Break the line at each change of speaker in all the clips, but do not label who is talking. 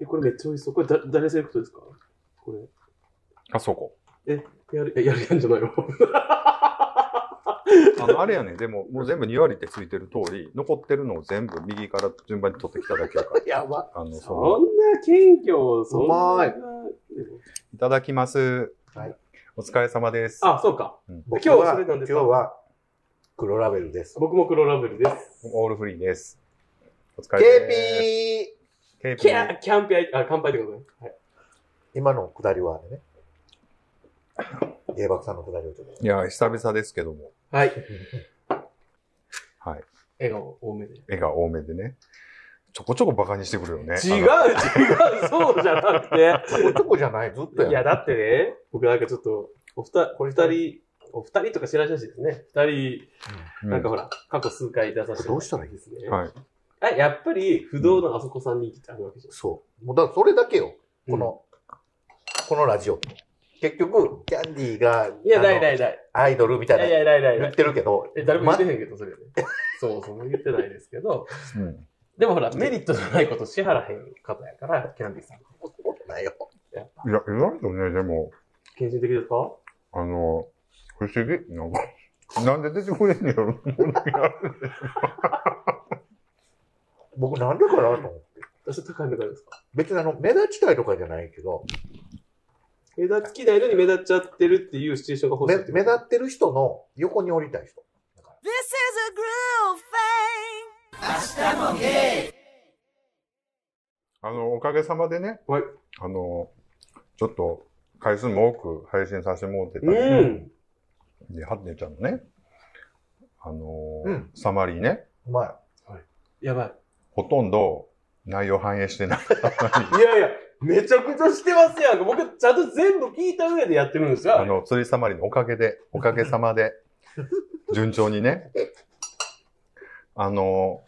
え、これめっちゃ美味しそう。これだ、誰セレクトですかこれ。
あそこ。
やる、えやるやんじゃないの
あの、あれやね、でも、もう全部2割ってついてる通り、残ってるのを全部右から順番に取ってきただけやから。
やば。
あの、
そ
その、
んな謙虚、そんな。
うまい
いただきます。
はい
お疲れ様です。
あ、そうか。
僕
今日は
は
それなんですか
今日は黒ラベルです。
僕も黒ラベルです。
オールフリーです。お疲れ様です。
KP!
KP!
キャーキャンペーン、あ、乾杯ってことね。はい。
今の下りはね。芸爆さんの下りをちょっと。
いや、久々ですけども、
はい。
はい。
笑顔多めで。
絵が多めでね。ちょこちょこバカにしてくるよね。
違う違
あ
うそうじゃなくて。
男じゃない、ずっとやん
いや、だってね、僕なんかちょっと、お二、これ二人、お二人とか知らないしいですね。二人、
の
なんかほら、過去数回出させて
どうしたらいい
ですね。
うんはい。
あ、やっぱり、不動のあそこさん人気ってあるわけじゃ
そう。もうだからそれだけよ。
ん。
この、このラジオ。結局、キャンディーが、
うん。いや、
あの
ないないない。
アイドルみ
い
た
やい
いな
や、ないないな
言
い
っ。てるけど、
え、誰も言って
ま
へんけど、それね。 そう、そう言ってないですけど。
うん。
でもほ ら、メリットじゃないこと支払へん方やから、キャンディーさん。
そうだよ。
いや、意外とね、でも、
献身的ですか
あの、不思議。なんか、なんで出てくれんのやろ
僕なんでかなと思って。
私高いのからですか
別にあの、目立ちたいとかじゃないけど、
目立つ気ないのに目立っちゃってるっていうシチュエーションが欲し
め
いってこと
目立ってる人の横に降りたい人。
This is a groove thing.
あの、おかげさまでね、
はい
あの、ちょっと、回数も多く配信させてもらってたり、
うん。
で、ハッネちゃんのね、あの、
うん
サマリーね、
うまい。
やばい。
ほとんど内容反映してない。
いやいや、めちゃくちゃしてますやんか。僕、ちゃんと全部聞いた上でやってるんですよ。
あの、釣りサマリーのおかげで、おかげさ まで、順調にね、あの、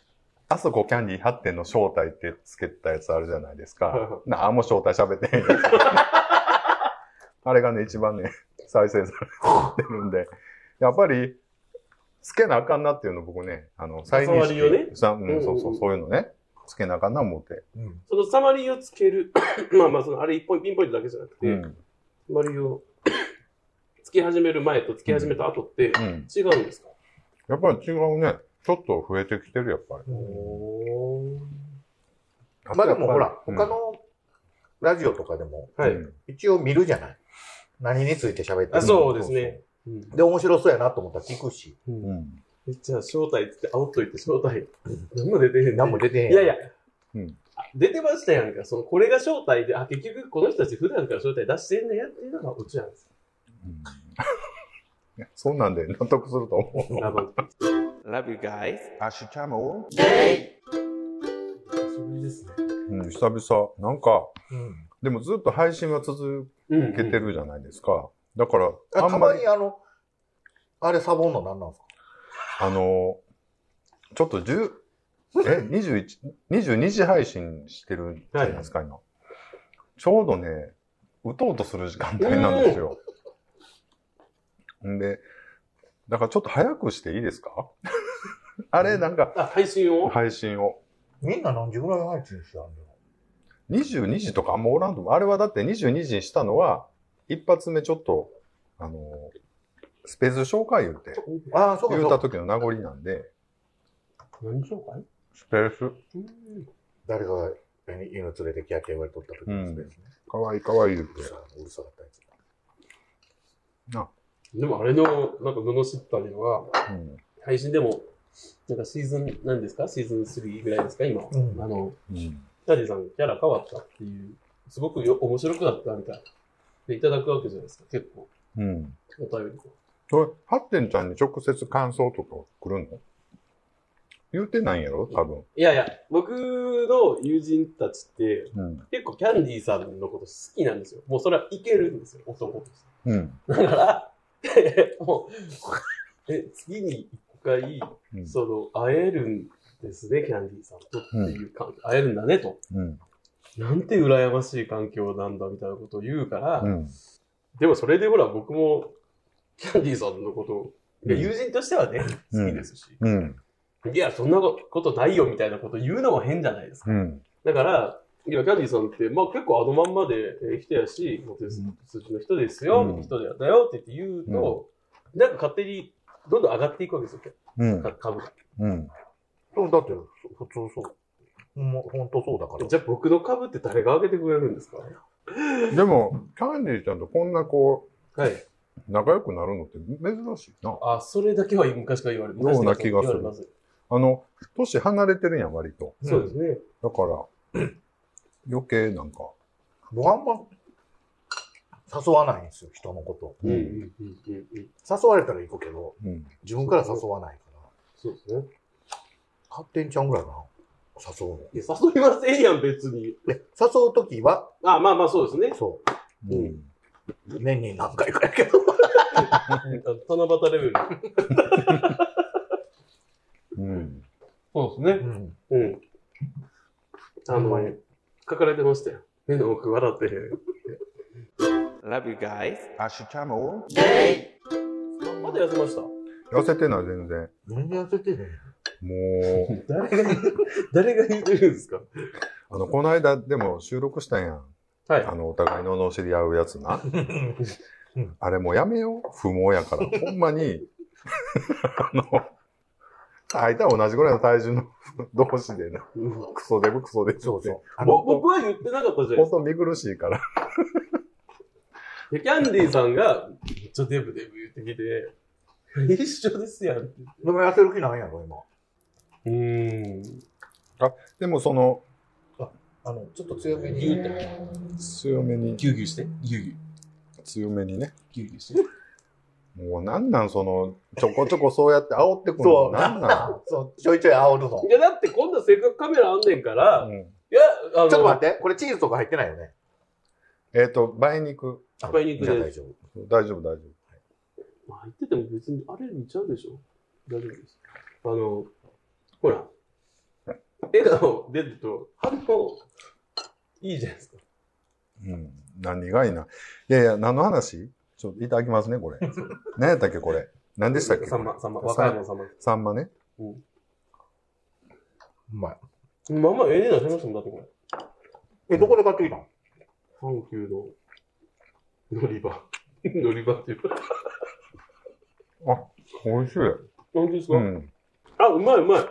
あそこキャンディー発展の正体ってつけたやつあるじゃないです
はい
か。
は
なあ、もう正体喋ってへん やつ。あれがね、一番ね、再生されてるんで、やっぱり、つけなあかんなっていうの僕ね、あの、再認
触りをね
識さうん
うんうん
そうそう、そういうのね、つけなあかんな思って。
うん。
そのサマリーをつける。 まあまあ、その、あれ一本、ピンポイントだけじゃなくて、
うん。
サマリーをつけ始める前とつけ始めた後って
うん。
違うんですか、
やっぱり違うね。ちょっと増えてきてる、やっぱり。
お
まあでもほら、
うん
他のラジオとかでも、
はい、
うん
一応見るじゃない。何について喋って
あ。
る
そうですね。うん
で、面白そうやなと思ったら聞くし、
うん。
めっちゃ正体つって煽っといて正体。何も出てへんね。
何も出てへん
いやいや。
うん
あ出てましたやんか。その、これが正体で、あ、結局この人たち普段から正体出してんねやっていうのがオチなんです
うんそんなんで納得すると思
よ。ラブ。
Love you guys.
う。アシュチャモ
久しぶりですね。
うん、久々。なんか、
うん。
でもずっと配信は続
うん、
けてるじゃないですか。だから、
あ
あ
た
んま
ま
り
に、あの、あれサボんの何なんですか
あの、ちょっと10、え、21、22時配信してるじゃないですか、今。ちょうどね、うとうとする時間帯なんですよ。んで、だからちょっと早くしていいですかあれ、なんか、
あ、配信を
配信を。
みんな何時ぐらい配信してたんだよ。
22時とかあんまおらんと思う。あれはだって22時にしたのは、一発目ちょっと、あの、スペース紹介言うて、
ああ、そうか
言
そ
た
ううか。
時の名残なんで、
何紹介
スペース、
うん
誰かが犬連れてキャーキャー言われとった時のスペースね。
かわいいかわいい言う
う
て
るさ、うるさかったやつ。
でもあれの、なんか、罵ったりは、
うん
配信でも、なんかシーズン、何ですかシーズン3ぐらいですか今。
うん
あの、
うん
キャディさん、キャラ変わったっていう、すごくよ面白くなったみたいな。で、いただくわけじゃないですか、結構。
うん。
お便りとか
それ、ハッテンちゃんに直接感想とか来るの言うてないんやろ多分。
いやいや、僕の友人たちって、
うん。
結構キャンディーさんのこと好きなんですよ。もうそれはいけるんですよ、男として。
うん。
だから、 もう、え、次に一回、
うん
その、会えるんですね、キャンディーさんとっていう環境、会えるんだねと。
うん。
なんて羨ましい環境なんだみたいなことを言うから、
うん。
でもそれでほら僕もキャンディーさんのことを、いや友人としてはね、
うん
好きですし、
うん。
いや、そんなことないよみたいなこと言うのも変じゃないですか。
うん。
だから、いや、キャンディーさんって、まあ結構あのまんまでえー人やし、もう鉄
うん
鉄筋の人ですよ、
うん
人だよって言って言うと、なんか勝手にどんどん上がっていくわけですよ、
うん
か株。
うん。
そうだって、普通そう。ほんまほんとそうだから。
じゃあ僕の株って誰が上げてくれるんですか
でも、キャンディーちゃんとこんなこ
はい。
う、仲良くなるのって珍しいな。
あ、それだけは昔から言われ
ような気がする
昔から言われます
あの、年離れてるやん、割と。
そうですね。
だから、 余計なんか、
僕あんま誘わないんですよ、人のこと。
うんうんうんうんうん。
誘われたら行くけど、
うん。
自分から誘わないから。
そうですね。
勝手にちゃうんぐらいかな。誘うの。
いや、誘いませんやん、別に。
で誘うときは、
あ、まあまあ、そうです ね。
そ
うん。
う、年に何回かやけど。
あの七夕レベル。
うん。
そうです
う
ね。
ん。
うん。あ
ほんま
の
に、
書かれてましたよ。目の奥笑って。
Love you guys.
アシュチャモ
まだ痩せました。
痩せてない、全然。
全然痩せてね。
もう、
誰が、誰が言ってるんですか
あの、この間、でも収録したやん。
はい
あの、お互いの知り合うやつ な。あれもうやめよう。不毛やから。ほんまに、 あの、相手は同じぐらいの体重の 同士でな。クソデブクソデブって。
そうそう。あ
ぼ
の、
僕は言ってなかったじゃない
ほんと見苦しいから。
ですか。キャンディーさんが、めっちゃデブデブ言ってきて、 一緒ですやんって。
でも痩せる気ないんやろ、今。
うーん。
でもその、
あの、ちょっと強め
ギュ
に。
ッ
強めに
と、、ぎゅうぎゅうして、ぎゅうぎゅう、
強めにね。
ぎゅうぎゅうして。
もうなんなんその、ちょこちょこそうやって煽ってくる
そ
の。
う、
な
なんん
な
なんそう、ちょいちょい煽るの。
いや、だってこんなせっかくカメラあんねんから、
ん
い
うん
や、あの、
ちょっと待って、これチーズとか入ってないよね。
えっ、と、梅肉。
梅肉です
じゃあ大丈夫。
大丈夫、大丈夫。
まあ入ってても別にアレルギーちゃうでしょ大丈夫です。あの、ほら、笑顔出ると反応いいじゃないですか。
うん。何がいいな。いやいや、何の話ちょっといただきますね、こ れ。何やったっけ、これ。何でしたっけ
さんま、さんま、若いもんさんま。
サンマね。
うまい。
まあまあ、ええ値段しましたもん、だってこれ。
え、どこで買ってきたの
阪急の乗り場。 乗り場っていうか。
美味しい。
本当ですか、
うん。
あ、うまいうまい。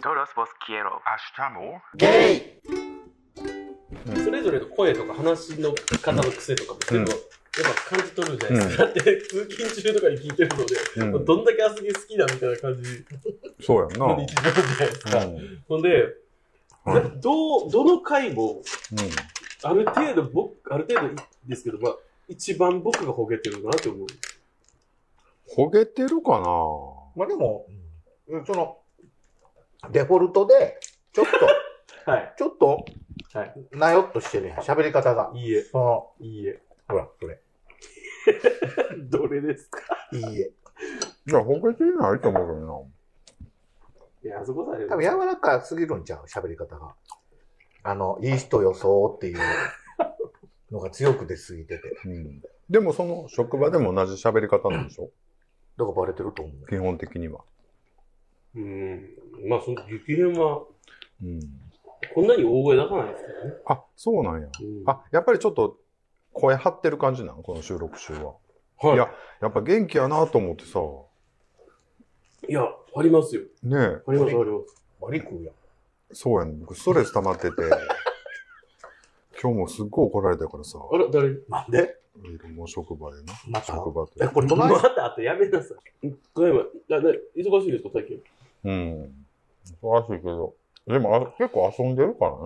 Todos vos quiero.
それぞれの声とか話の方の癖とかも全部、やっぱ感じ取るじゃないですか。だって通勤中とかに聞いてるので、
うん
どんだけ厚木好きだみたいな感じ
そうやんな。
の日常じゃないですか。
うん。うん
ほんで、
は
どう、どの回も、ある程度僕、ある程度ですけど、まあ、一番僕がほげてるなって思う。
焦げてるかな
まあでも、うんその、デフォルトで、ちょっ と、
はい。
ちょっと、
はい。
なよっとしてるやん、喋り方が。
いいえ、
その、
いいえ。
ほら、それ。
どれですか
いいえ。
いや、焦げてないと思うけど
いや、あそこさえ。
多分柔らかすぎるんちゃう喋り方が。あの、いい人予想っていうのが強く出すぎてて。
な。うん。でも、その、職場でも同じ喋り方なんでしょ
だからバレてると思う。
基本的には。
うん。まあ、その激変は、
うん。
こんなに大声出さないですけ
あ、そうなんや。
どね。
あ、やっぱりちょっと、声張ってる感じなんこの収録中は。
はい
や、やっぱ元気やなと思ってさ。
いや、ありますよ。
ねえ。
あります、あります。
バリ食うやん。
そうやねん。僕、ストレス溜まってて、今日もすっごい怒られたからさ、
あら、誰
なんで
もう職場でな。
また
職場
え、
で。
これどな
ま
い
たあとやめなさい。ごめん、だだ忙しいですか、最近。
うん。忙しいけど。でも、あ結構遊んでるからな。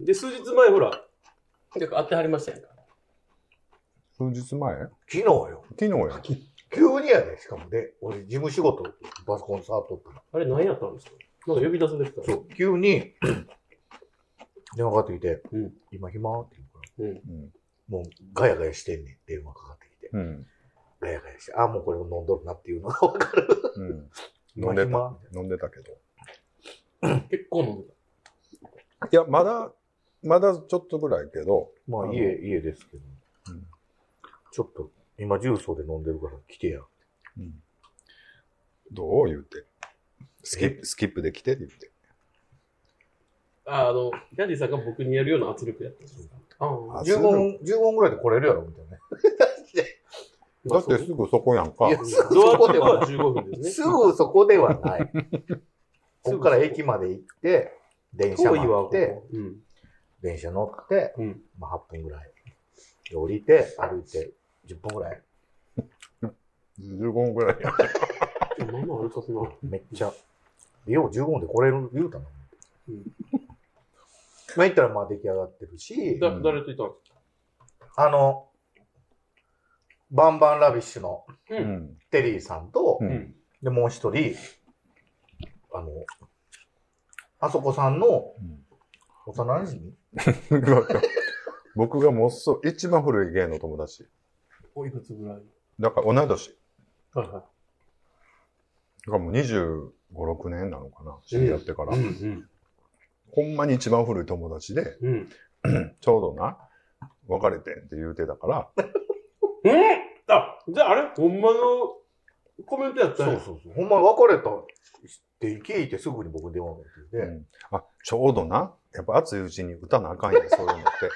で、数日前、ほら、なんか会ってはりましたやんか。
数日前
昨日よ。
昨日や。
急にやで、しかもで、俺事務仕事、パソコン触っとったら
あれ、何やったんですかなんか呼び出されてた。
そう、急に、 電話かかってきて、
うん
今暇って言うから、
うん。
もうガヤガヤしてんねん、電話かかってきて。
うん。
ガヤガヤして、あ、もうこれ飲んどるなっていうのが分かる。
うん。飲んで
今
た。飲んでたけど。
結構飲んで
いや、まだ、まだちょっとぐらいけど、
ま
あ
あ
の
家、家ですけど、
うん
ちょっと、今重曹で飲んでるから来てや。
どう言うて。スキップ、スキップできてって言って。
ああの、キャンディさんが僕にやるような圧力やったんですか。ああ、
15分、15分ぐらいで来れるやろ、みたいなね。
だってすぐそこやんか
い。や、すぐ
ド
そ
ア
こ
コ
で
で
は
は
ない。
15分です
す
ね。
ぐそこで はない。ここか
す
ら
ぐそこ
駅まで行って、電車
遠いわ、
乗っ
こ
て、
こ。うん。
電車乗って、
うん
まあ8分ぐらい。で、降りて、歩いて、10分ぐらい。
15分ぐらいやん。
まあまあ歩かすな。
めっちゃ。よう15分で来れる言うたの。
うん
まあ、行ったらまあ出来上がってるし、
だ誰といたんで
あの、バンバンラビッシュの
すかう
う
ん。
ん。
テリーさんと、
うん
うん
で、もう一人、あの、あそこさんの
うん
幼馴染
僕がもうそう、一番古い芸の友達。
おいくつぐらい
だから同い年。
はいは
だからもう25、6年なのかな。知り合ってから。
い。うん
ほんまに一番古い友達で、
うん。うん。
ちょうどな、別れてんって言うてたから、
うんあ、じゃああれほんまのコメントやっ
そ
たん
う
や。
そうそう。ほんま別れたって聞いてすぐに僕に電話が来
う
て、
んあ、ちょうどな、やっぱ熱いうちに歌なあかんやん、そういうのって。
うん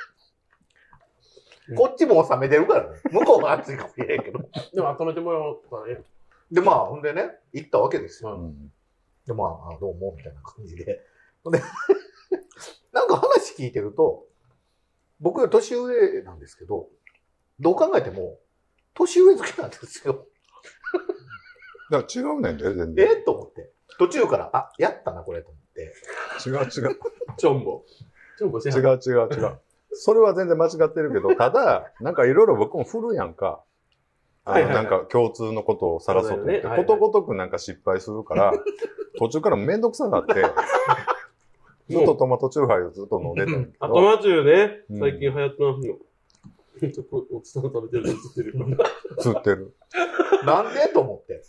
こっちも冷めてるからね。向こうは熱いかもしれんけど。
でも、温めてもらおうかね。
で、まあ、ほんでね、行ったわけですよ。
うん
で、まあ、あどうも、みたいな感じで。 ほんで、なんか話聞いてると、僕より年上なんですけど、どう考えても、年上好きなんですよ。
だから違うねんで、全然。
えと思って。途中から、あ、やったな、これ、と思って。
違う違う。
チョンボ。チョンボせ
違う違う違う。それは全然間違ってる けど、ただ、なんかいろいろ僕も振るやんか。あ
はい
の
はいは
ないんか共通のことをさらそうと思って、
そうだよねはいはい
ことごとくなんか失敗す るから、途中からめんどくさなって、ずっとトマトチューハイをずっと飲んでたんやけ
あ、ト
ど、
マチューね、
うん
最近流行ってますよ。おおっさん食べてるの映ってるから。
吸ってる。
なんでと思って。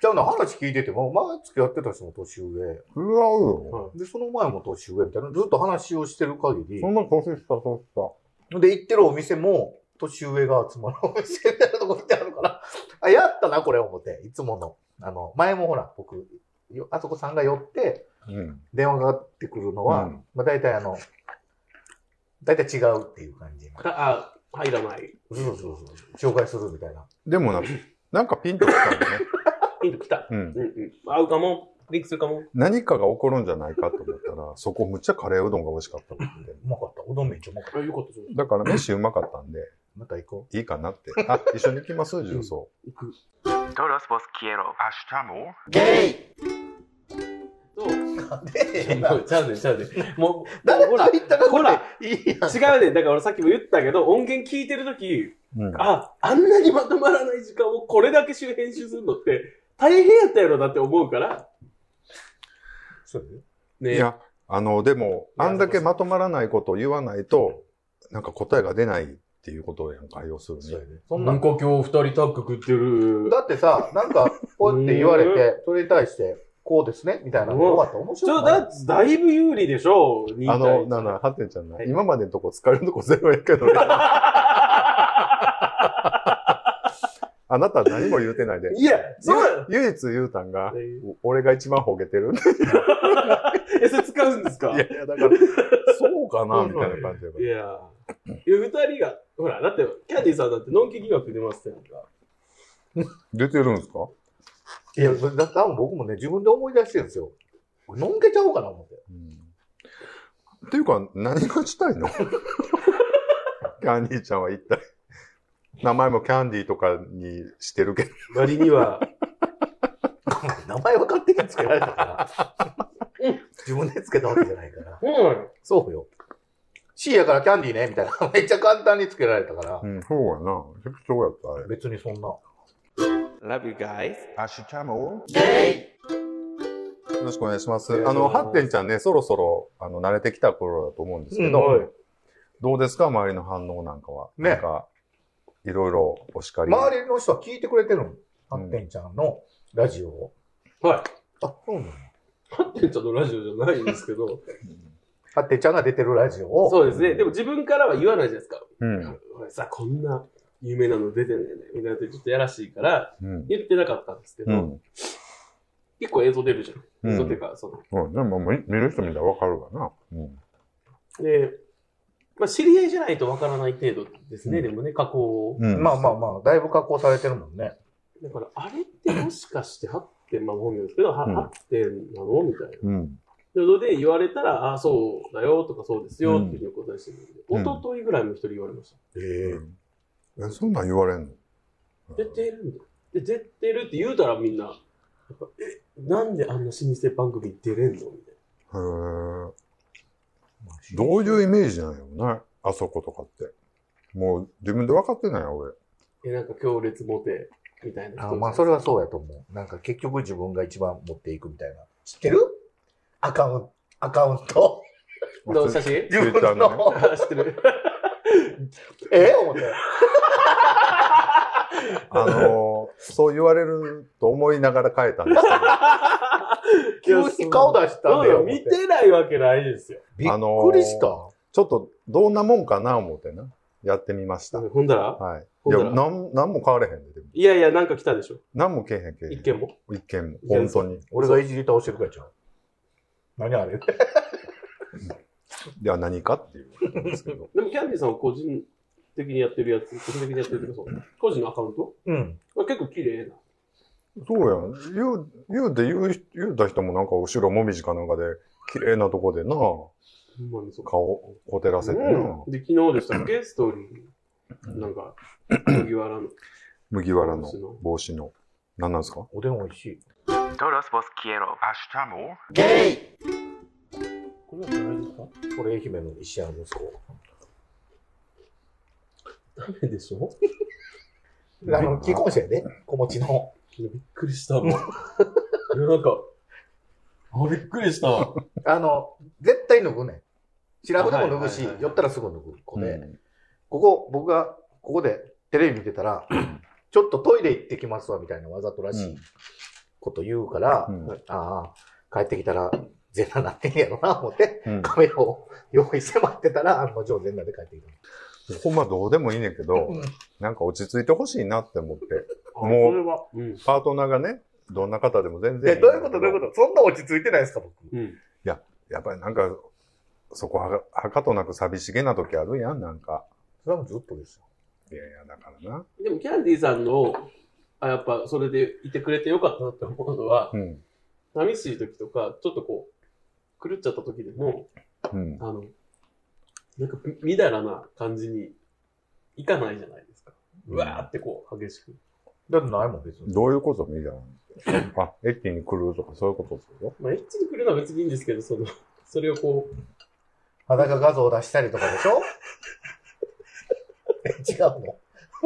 じゃあな、話聞いてても、前付き合ってた人も年上。
違うよ。
は
で、その前も年上みたいな、ずっと話をしてる限り
そ、んな年下、年下。
で、行ってるお店も、年上が集まるお店みたいなとこ行ってあるから、あ、やったな、これ、思って。いつもの。あの、前もほら、僕、よあそこさんが寄って、
うん。
電話がかかってくるのは、
うん
まあ、大体あの、大体違うっていう感じ。
い。あ、入らない。
そうそうそう。紹介するみたいな。
でもな、なんかピンときたんだね。
ヒント来た。
うん
うん。うん。合うかも。リンクするかも。
何かが起こるんじゃないかと思ったら、そこむっちゃカレーうどんが美味しかったもんで。
うまかった。うどんめっちゃうまかった。
あ、よかったです。
だから飯うまかったんで、
また行こ
いいかなって。あ、一緒に行きます重曹。
行く。
Todos vos quiero.
う。ゲイ
と、
で、
ちゃうねん、ちゃうねん。もう、
誰
ほ
と
ら、
行ったか
ほら、
これいいやん。
違うねん。だから俺さっきも言ったけど、音源聞いてるとき、
うん。
あ、あんなにまとまらない時間をこれだけ集編集するのって、大変やったやろなって思うから。
そうよ
ね
いや、あの、でも、
いや
あんだけまとまらないことを言わないと、なんか答えが出ないっていうことやんか、要するに
そう。よね。そんな
なんんか今日二人タッグ食ってる。
だってさ、なんか、こうやって言われ
う
て、それに対して、こうですね、みたいなのがよかった。面
ちょ、
白い。
だ、だいぶ有利でしょう、
あの、な
な
あなあ、ハテちゃんな、
はい
今までのとこ使えるとこゼロやけどね、 あなた何も言うてないで。
いや、そうや
唯唯一言うたんが、
え
俺が一番ほげてる。
え、それ使うんですか
いやいや、だから、そうかな、みたいな感じやか
いやいや二人が、ほら、だって、キャディさんだって、のんき疑惑出ますやんか。
ら。出てるんですか
いや、それだ多分僕もね、自分で思い出してるんですよ。俺のんけちゃおうかな、思って。
うんっていうか、何がしたいのキャンディーちゃんは一体。名前もキャンディーとかにしてるけど。
割には、
名前分かってつけられたから。自分でつけたわけじゃないから。
うん。
そうよ。C やからキャンディーね、みたいな。めっちゃ簡単につけられたから
う。ん、そうやな。適当やった、あれ。
別にそんな。
Love you guys.
アシュチャモよろしくお願いします。あ
お願い
の、
します
ハッテンちゃんね、そろそろ、あの、慣れてきた頃だと思うんですけど、
うんはい
どうですか周りの反応なんかは。
ね
なんか、いろいろお叱り。
周りの人は聞いてくれてるの。ハッテンちゃんのラジオを。
はい。
あ、そうなの
ハッテンちゃんのラジオじゃないんですけ ど、
ハッテンちゃんが出てるラジオを。
そうですね。でも自分からは言わないじゃないですか。
うん。
俺さ、こんな有名なの出てないね。みたいなってちょっとやらしいから、
うん。
言ってなかったんですけど、
うん。
結構映像出るじゃん。
うん
映像っていうか、その、
うん。でも、もう見見る人見たらわかるわな。うん。
で、まあ、知り合いじゃないとわからない程度ですね、
うん
でもね、加工を。
うん
まあまあまあ、だいぶ加工されてるもんね。
だから、あれってもしかして8点、まあ本名ですけど、は
うん
8点なのみたいな。
うん。
なので、言われたら、ああ、そうだよとかそうですよ
うん
っていうことにしてるんで、
うん
一昨日ぐらいも一人言われました。
ええ
え、そんなん言われんの
出てるんだ。で、出てるって言うたらみんな、やっぱえ、なんであんな老舗番組出れんのみたい
へーどういうイメージなんやろね、あそことかって。もう自分で分かってないよ、俺。
な。え、なんか強烈モテ、みたいな
あ
人。
まあ、それはそうやと思う。なんか結局自分が一番持っていくみたいな。知ってるアカウント、アカウント。
の写真
ツイッターのね。
あ知って る。
ええ思って。
あのー、そう言われると思いながら変えたん です
いや
急に顔出したんだよ。
そうよ見てないわけないですよ。
びっくりし
け
た。
ど、ちょっとどんなもんかな思ってな、やってみました。
ほんだら
はい。い
ほん
や、
なら
なん、なんも変われへんで、でも。
いやいや、なんか来たでしょ。
なんもけえへんけえへん。
一件も。
一件も。本当に。い
俺がいじり倒してるからちゃう。何あれ
や、何かっていうことなんですけど。
でも、キャンディーさんは個人的にやってるやつ、個人的にやってるけど、そう個人のアカウント
うん。
まあ結構綺麗な。
そうやん。言う、言うて言う、言うた人もなんか後ろもみじかなんかで、綺麗なとこでな、
ほんまにそう。
顔、こてらせてな、
うん、で、昨日でしたっけストーリー。なんか、麦わらの。
麦わらの帽子の。何なんですか
おでん美味しい。
Todos vos quiero.
ゲイ
これはダメですか
これ愛媛の石屋の息子。
ダメでしょ
あの、既婚者やで、子持ちの。
いやびっくりしたもん。いや、なんか、あ、びっくりしたわ。
あの、絶対脱ぐねん。白布でも脱ぐし、
はいはいはい
寄ったらすぐ脱ぐ子で、
うん
ここ、僕が、ここでテレビ見てたら、ちょっとトイレ行ってきますわ、みたいなわざとらしいこと言うから、
うん
ああ、帰ってきたら、全裸なってんやろな、思って、
うん
カメラを用意して待ってたら、案の定全裸で帰ってきた。
ほんまどうでもいいねんけど、なんか落ち着いてほしいなって思って、
あ
もう
それは。うん。
パートナーがね、どんな方でも全然
で、どういうことどういう
と
ことそんな落ち着いてないですか、僕。
うん。
やっぱりなんか、そこはが、はかとなく寂しげな時あるやん、なんか。
それはもうずっとです
い
よ。
やいや、だからな。
でも、キャンディーさんの、あ、やっぱ、それでいてくれてよかったなって思うのは
う、ん。
寂しい時とか、ちょっとこう、狂っちゃった時でも、
うん。
あの、なんか、みみだらな感じに、いかないじゃないですか。うわーってこう、激しく。
だってないもん、別に。
どういうこともいいじゃん。あ、エッティに来るとかそういうことですよ。
まあ、エッチに来るのは別にいいんですけど、その、それをこう、
裸画像を出したりとかでしょ 違うの。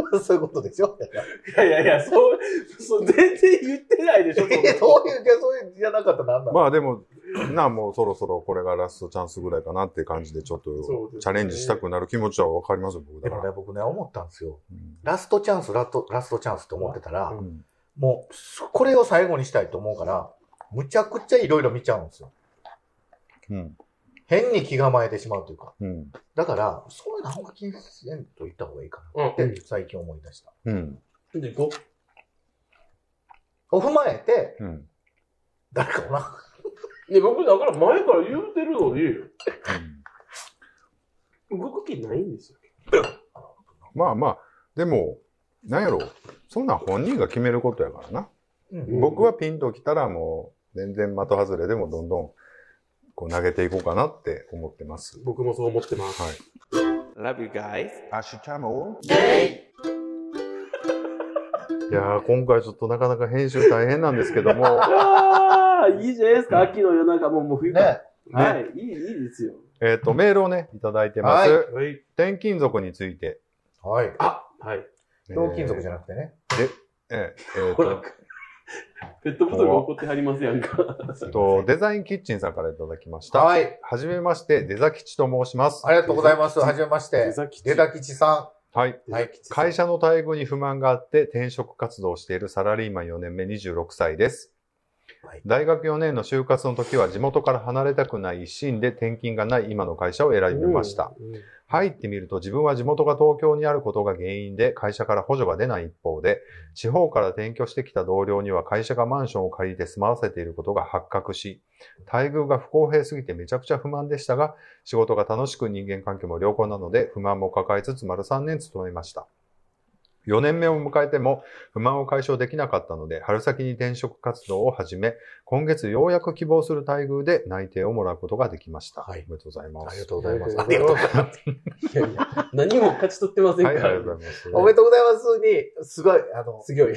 そういうことでしょ
いやいやいや、そう、そう、全然言ってないでしょ、そん
い
な
や、そういう、じゃそういうじゃなかったらなんなの
まあでも、なあ、もうそろそろこれがラストチャンスぐらいかなって感じで、ちょっ
そうです
と
ね
チャレンジしたくなる気持ちはわかりますよ、僕
で
だ
も
か
ね
ら。、
僕ね、思ったんですよ。
うん
ラストチャンス、ラスト、ラストチャンスって思ってたら、
うん
もう、そこれを最後にしたいと思うから、むちゃくちゃいろいろ見ちゃうんですよ。
うん。
変に気構えてしまうというか。
うん。
だから、そういうのあんま気にせんといた方がいいか
うん
なって、最近思い出した。
うん。
で、ご、
を踏まえて、
うん。
誰かをな、
ね、僕、だから前から言うてるのに、動く気ないんですよ。
まあまあ、でも、なんやろ、そんなん本人が決めることやからな。
うん、
僕はピンときたらもう、全然的外れでもどんどん、こう投げていこうかなって思ってます。
僕もそう思ってます。
はい。
Love you guys.
アシュチャモいやー、今回ちょっとなかなか編集大変なんですけども、
ああ、いいじゃないですか、秋の夜中もう、もう冬か。
ね、
はい、いい、いいですよ。
えっ、と、メールをね、いただいてます。
は
はい。
転勤族について。
はい。
あはい。
同金属じゃ
ない。
なくてね。
えーえー
ほら
と、
ペットボトルが怒ってはりますやんか。
えっと、デザインキッチンさんからいただきました。
はい。
はじめまして、デザ吉と申します。
ありがとうございます。はじめまし
出
て。
崎
出田吉さ
はい。
ん。はい。
会社の待遇に不満があって転職活動をしているサラリーマン4年目26歳です。
はい
大学4年の就活の時は地元から離れたくない一心で転勤がない今の会社を選びました。
うん。
入ってみると自分は地元が東京にあることが原因で会社から補助が出ない一方で、地方から転居してきた同僚には会社がマンションを借りて住まわせていることが発覚し、待遇が不公平すぎてめちゃくちゃ不満でしたが、仕事が楽しく人間関係も良好なので不満も抱えつつ丸3年勤めました。4年目を迎えても不満を解消できなかったので、春先に転職活動を始め、今月ようやく希望する待遇で内定をもらうことができました。
はい
おめでとうございま
あり
す
が。とうございます。
あ
あ
り
り
が
が
とう
とう
ござ
ご
いまい
ざいます
やいや、何も勝ち取ってませんか
はい、あ
ら
りがとうございます。
おめでとうございますに、すごい、あの、
すごい。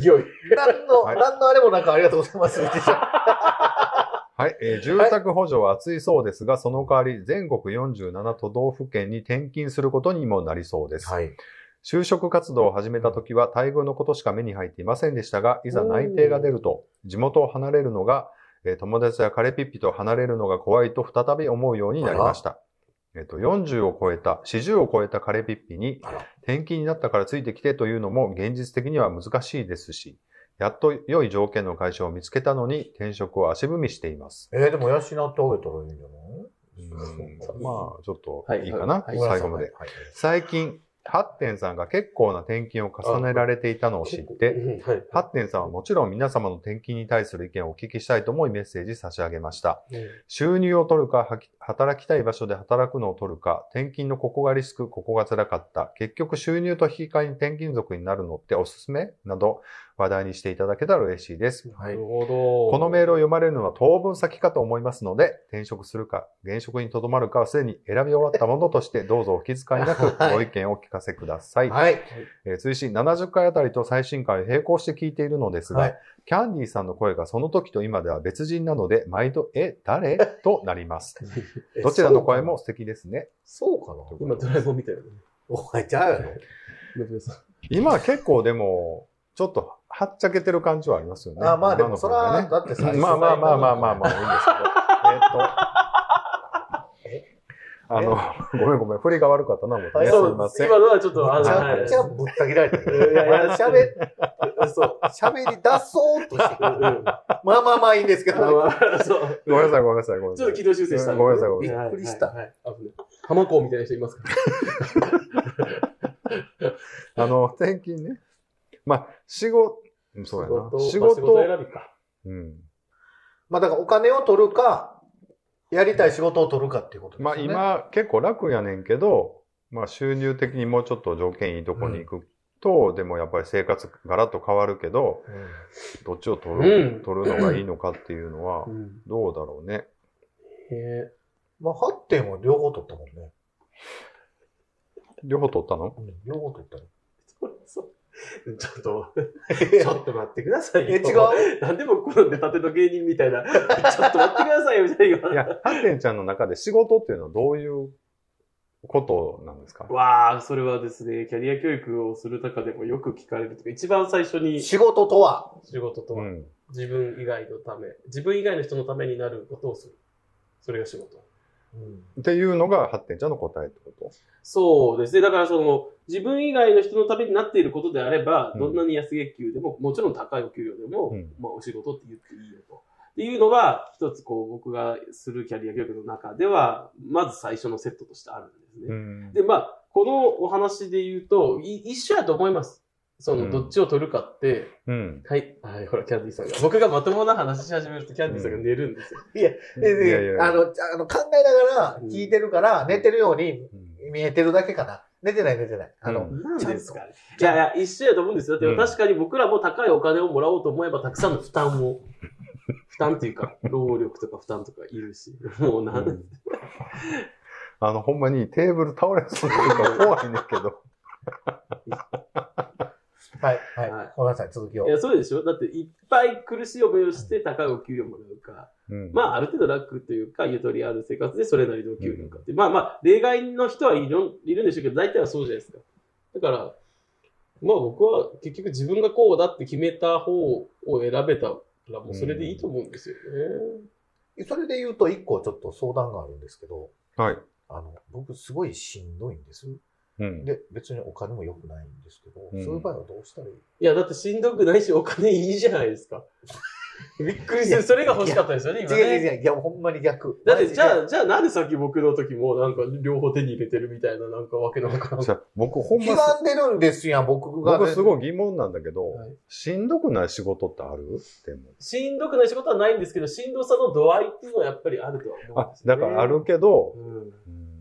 すごい。
何の、
はい
何のあれもなくありがとうござい ます。言ってた
はい、えー住宅補助は厚いそうですが、その代わり全国47都道府県に転勤することにもなりそうです。
はい。
就職活動を始めた時は待遇のことしか目に入っていませんでしたが、いざ内定が出ると、地元を離れるのが、えー友達や彼ピッピと離れるのが怖いと再び思うようになりました。えっと、40を超えた、40を超えた彼ピッピに
あら、
転勤になったからついてきてというのも現実的には難しいですし、やっと良い条件の会社を見つけたのに転職を足踏みしています。
えーでも養ってあげたらいいんじゃない
まあ、ちょっと
はい
いいかな、
はい
小
最
林さ
後
ん
まで。
はい
最近、ハッテンさんが結構な転勤を重ねられていたのを知って、
うんはい。
ハッテンさんはもちろん皆様の転勤に対する意見をお聞きしたいと思いメッセージ差し上げました。収入を取るか、はき働きたい場所で働くのを取るか、転勤のここがリスク、ここが辛かった、結局収入と引き換えに転勤族になるのっておすすめなど話題にしていただけたら嬉しいです。
なるほど。
このメールを読まれるのは当分先かと思いますので、転職するか、現職にとどまるかはすでに選び終わったものとして、どうぞお気遣いな くご意見をお聞かせください。
はい。
えー追伸70回あたりと最新回を並行して聞いているのですが、
はい
キャンディーさんの声がその時と今では別人なので、毎度、え、誰となり ます。
え
どちらの声も。素敵ですね。
そうかなそうかな
今ドラえもんみたいなね。
お前、ちゃうやろ。
のぶよさん
今結構でも、ちょっとはっちゃけてる感じはありますよね。
あまあで
今
も、
の
そ
声
れ
が
は、
ね
だってさ、
まあまあまあまあまあまあ、いいんですけど。えっと。 あの、ごめんごめん、振りが悪かったな、思ってね。す
そう
いません。
今のはちょっと、あの、
めち
はい
ゃくちゃぶった切られて
いやいや
る。喋、そう、喋り出そうとしてく
うん
る。
うん
まあまあまあいいんですけ
あ
ど。
のそう。
ごめんなさい、ごめんなさい、ごめんな
ち
さ
ょっと軌道修正した。
ごめんなさいごめ
んなさい
はい
びっくりした
はいはい危ない浜子みたいな人いますから。
い。あの、転勤ね。まあ、仕事、うんそうやな。
仕
仕
事
事、
選びか。
うん。
まあだからお金を取るか、やりたい仕事を取るかっていうことです
ま
よ
あ
ね。
今、結構楽やねんけど、まあ収入的にもうちょっと条件いいとこに行くと、でもやっぱり生活ガラッと変わるけど、
うん。
どっちを取る、
うん
取るのがいいのかっていうのは、どうだろうね。
へえ
まあ、8点は両方取ったもんね。
両方取ったの
うん両方取ったね。
そうそうちょっと、 ちょ
え、
っと待ってくださいよ。
違う
なんでも転んで縦の芸人みたいな。ちょっと待ってくださいよ、みたい
い
な。
や、ハッテンちゃんの中で仕事っていうのはどういうことなんですか
わあ、それはですね、キャリア教育をする中でもよく聞かれるというか、一番最初に
仕事とは
仕事と
う
は
ん。
自分以外のため、自分以外の人のためになることをする。それが仕事。
っていうのがハッテンちゃんの答えってこと
そうですね。だからその、自分以外の人のためになっていることであれば、
うん
どんなに安月給でも、もちろん高いお給料でも、
うん
まあお仕事って言っていいよと。っていうのが、一つこう、僕がするキャリア教育の中では、まず最初のセットとしてあるんですね。
うん。
で、まあ、このお話で言うと、い一緒やと思います。その、
うん
どっちを取るかって、
うん。
はい、はい、ほら、キャンディーさんが。僕がまともな話し始めると、キャンディーさんが寝るんですよ。
でで
いやいやいや
あの、じゃああの考えながら聞いてるから、寝てるように
うん
見えてるだけかな。寝てない寝てない。あの、
う
なんですかね。いやいや、一緒やと思うんですよ。だって
うん
確かに僕らも高いお金をもらおうと思えば、たくさんの負担を、負担っていうか、労力とか負担とかいるし、もうなん、
うんあの、ほんまにテーブル倒れそうになるから怖いねんけど。
はい、はい。
はい
ごめんなさい、続きを
い。や、そうでしょだっていっぱい苦しい思いをして高いお給料もらうか、
うん
まあある程度楽というか、ゆとりある生活でそれなりのお給料かって、まあまあ、例外の人はいるいるんでしょうけど、大体はそうじゃないですか。だから、まあ僕は結局自分がこうだって決めた方を選べたら、もうそれでいいと思うんですよね。
それで言うと、一個ちょっと相談があるんですけど、
はい。
あの、僕すごいしんどいんです。
うん。
で、別にお金も良くないんですけど、
うん
そういう場合はどうしたらいい
いや、だってしんどくないし、お金いいじゃないですか。びっくりする。それが欲しかったですよね、
違う
今
違
ね。
う違う。いや、ほんまに逆。
だって、じ
マジ
ゃあ、じゃあなんでさっき僕の時も、なんか、両方手に入れてるみたいな、なんかわけなんかな
じゃあ僕ほん
で、
ま、
歪んでるんですやん、僕がね。
僕すごい疑問なんだけど、
はい
しんどくない仕事ってあるでも。
しんどくない仕事はないんですけど、しんどさの度合いっていうのはやっぱりあるとは思うん
あ
です、よ
だ
ね
からあ。るけど、
うん。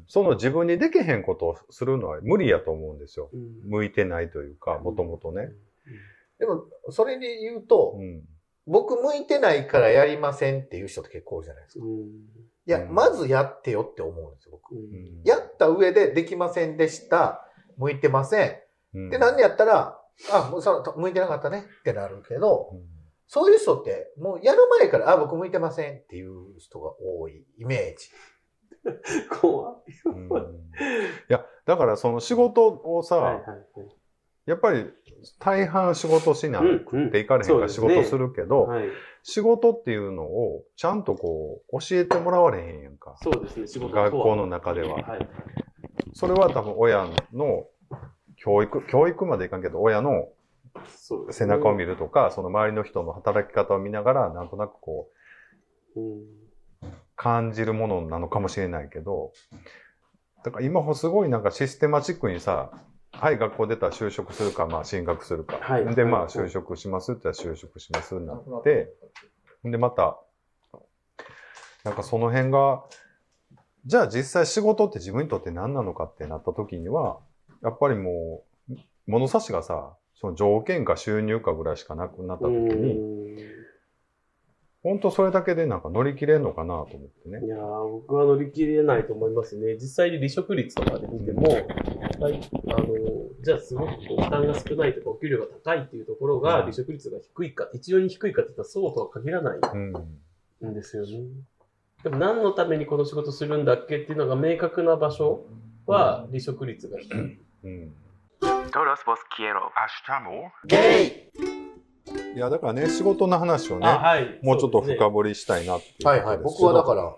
その自分にできへんことをするのは無理やと思うんですよ。
うん
向いてないというか、もともとね。
でも、それで言うと、
うん。
僕向いてないからやりませんっていう人って結構多いじゃないですか。
うん
いや、
うん
まずやってよって思うんですよ、僕。
うん
やった上でできませんでした。向いてません。
うん
で、なんでやったら、あ、もうその向いてなかったねってなるけど
う、ん
そういう人って、もうやる前から、あ、僕向いてませんっていう人が多いイメージ。
怖い。
うんいや、だからその仕事をさ、
はいはいはい
やっぱり大半仕事しなく
うんうん
ていかれへんから仕
そうですね
事するけど、
はい。
仕事っていうのをちゃんとこう教えてもらわれへんやんか。
そうですね、仕事とは
学校の中では。
はい。
それは多分親の教育、教育までいかんけど、親の
そうです
背
ね
中を見るとか、その周りの人の働き方を見ながら、なんとなくこう、
うん
感じるものなのかもしれないけど、だから今ほすごいなんかシステマチックにさ、はい、学校出たら就職するか、まあ進学するか。
はい
で、ま
は
あ
い
就職しますって言ったら就職しますになって、で、また、なんかその辺が、じゃあ実際仕事って自分にとって何なのかってなった時には、やっぱりもう、物差しがさ、その条件か収入かぐらいしかなくなった時に、本当それだけでなんか乗り切れんのかなと思ってね
うん。いやー僕は乗り切れないと思いますね。実際に離職率とかで見ても、はい、あのーじゃあすごくこう負担が少ないとか、お給料が高いっていうところが、
うん
離職率が低いか、一様に低いかって言ったらそうとは限らない
うん。
んですよね。でも何のためにこの仕事するんだっけっていうのが明確な場所は離職率が低い。
うん。
Todos vos quiero.
ゲイ
いや、だからね、仕事の話をね、
はい
もうちょっと
そうです
深掘りしたいなっていう。
はいはい。僕はだからら、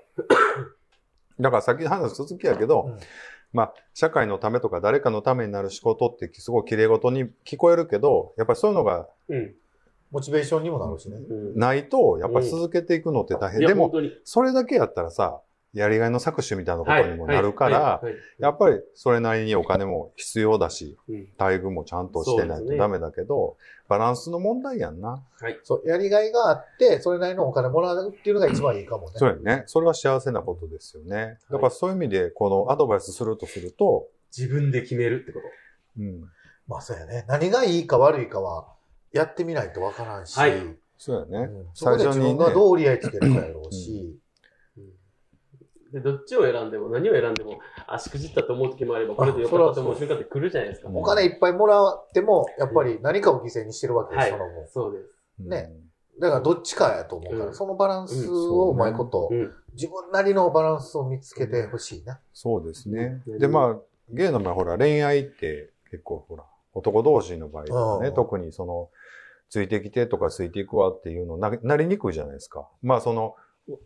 だから先の話の続きやけど、
うん
まあ、社会のためとか誰かのためになる仕事ってすごい綺麗事に聞こえるけど、やっぱりそういうのが
ね
モチベーションにもなるしね。
うん。うん
ないと、やっぱり続けていくのって大変。
いや
で
本
も、
当に
それだけやったらさ、やりがいの搾取みたいなこと
はい
にもなるから、
はいはいはい
やっぱりそれなりにお金も必要だし、
うん
待遇もちゃんとしてな
そうで
いと
すね
ダメだけど、バランスの問題やんな。
そう、やりがいがあって、それなりのお金もらうっていうのが一番いいかもね。
そうやね。それは幸せなことですよね。だからそういう意味で、このアドバイスするとすると、
自分で決めるってこと。
うん。
まあそうやね。何がいいか悪いかは、やってみないとわからんし、
はい
うん
そうやね。
そこで
最初
自
にね
分がどう折り合いつけるかやろうし、
で、どっちを選んでも、何を選んでも、あ、しくじったと思う時もあれば、これでよかったと思う瞬間って来るじゃないですか。
うん
お金いっぱいもらっても、やっぱり何かを犠牲にしてるわけで
は
す、
い
その分。
そうです。
ねだからどっちかやと思うか
う
ら、
ん
そのバランス
うん
そう
を
ね
うまいこと、
うん
自分なりのバランスを見つけてほしいな。
そうですね
う。ん
で、まあ、ゲイの場合、ほら、恋愛って結構、ほら、男同士の場合とか
う
ね、
ん
特にその、ついてきてとかついていくわっていうのな、なりにくいじゃないですか。まあ、その、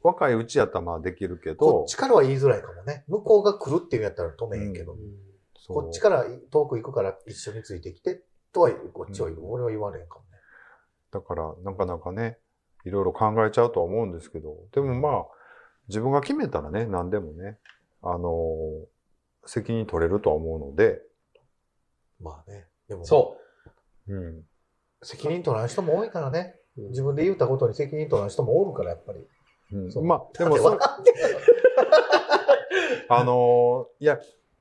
若いうちやったらまあできるけ
こ
ど
っち、からは言いづらいかもね。向こうが来るっていうんやったら止めへんけど、
うそう
こっちから遠く行くから一緒についてきて、とは言う、こっちは言う。
うん
俺は言われへんかもね。
だから、なかなかね、いろいろ考えちゃうとは思うんですけど、でもまあ、自分が決めたらね、何でもね、あのー責任取れるとは思うので、
まあね。でも、
そ
うん。
責任取らん人も多いからね。
う。
自分で言ったことに責任取らん人もおるから、やっぱり。
うん
そう
まあ、でも
だ
そ
って笑ってる
あのーいや、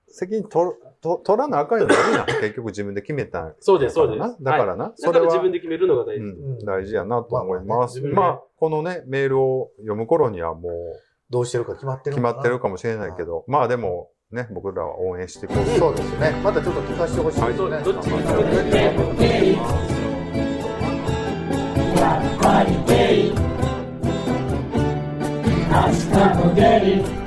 責任取ると取らなあかんようになるや ん。結局自分で決めたんや
そうです、そう
か
で
ら
す。
な。だ
はい
からな、
だ
そ
か
れ
ら自
は、
分で決めるのが大
う
事。
ん、大事やなと思います。
まあまあね
まあ、このね、メールを読む頃にはもう
どうしてるか決まってる
決
のか
ま
な
ってるかもしれないけど、まあでも、ね、僕らは応援していこう
そうですね。またちょっと聞かせてほしいですね。
どっちに決めるか
明日もゲイ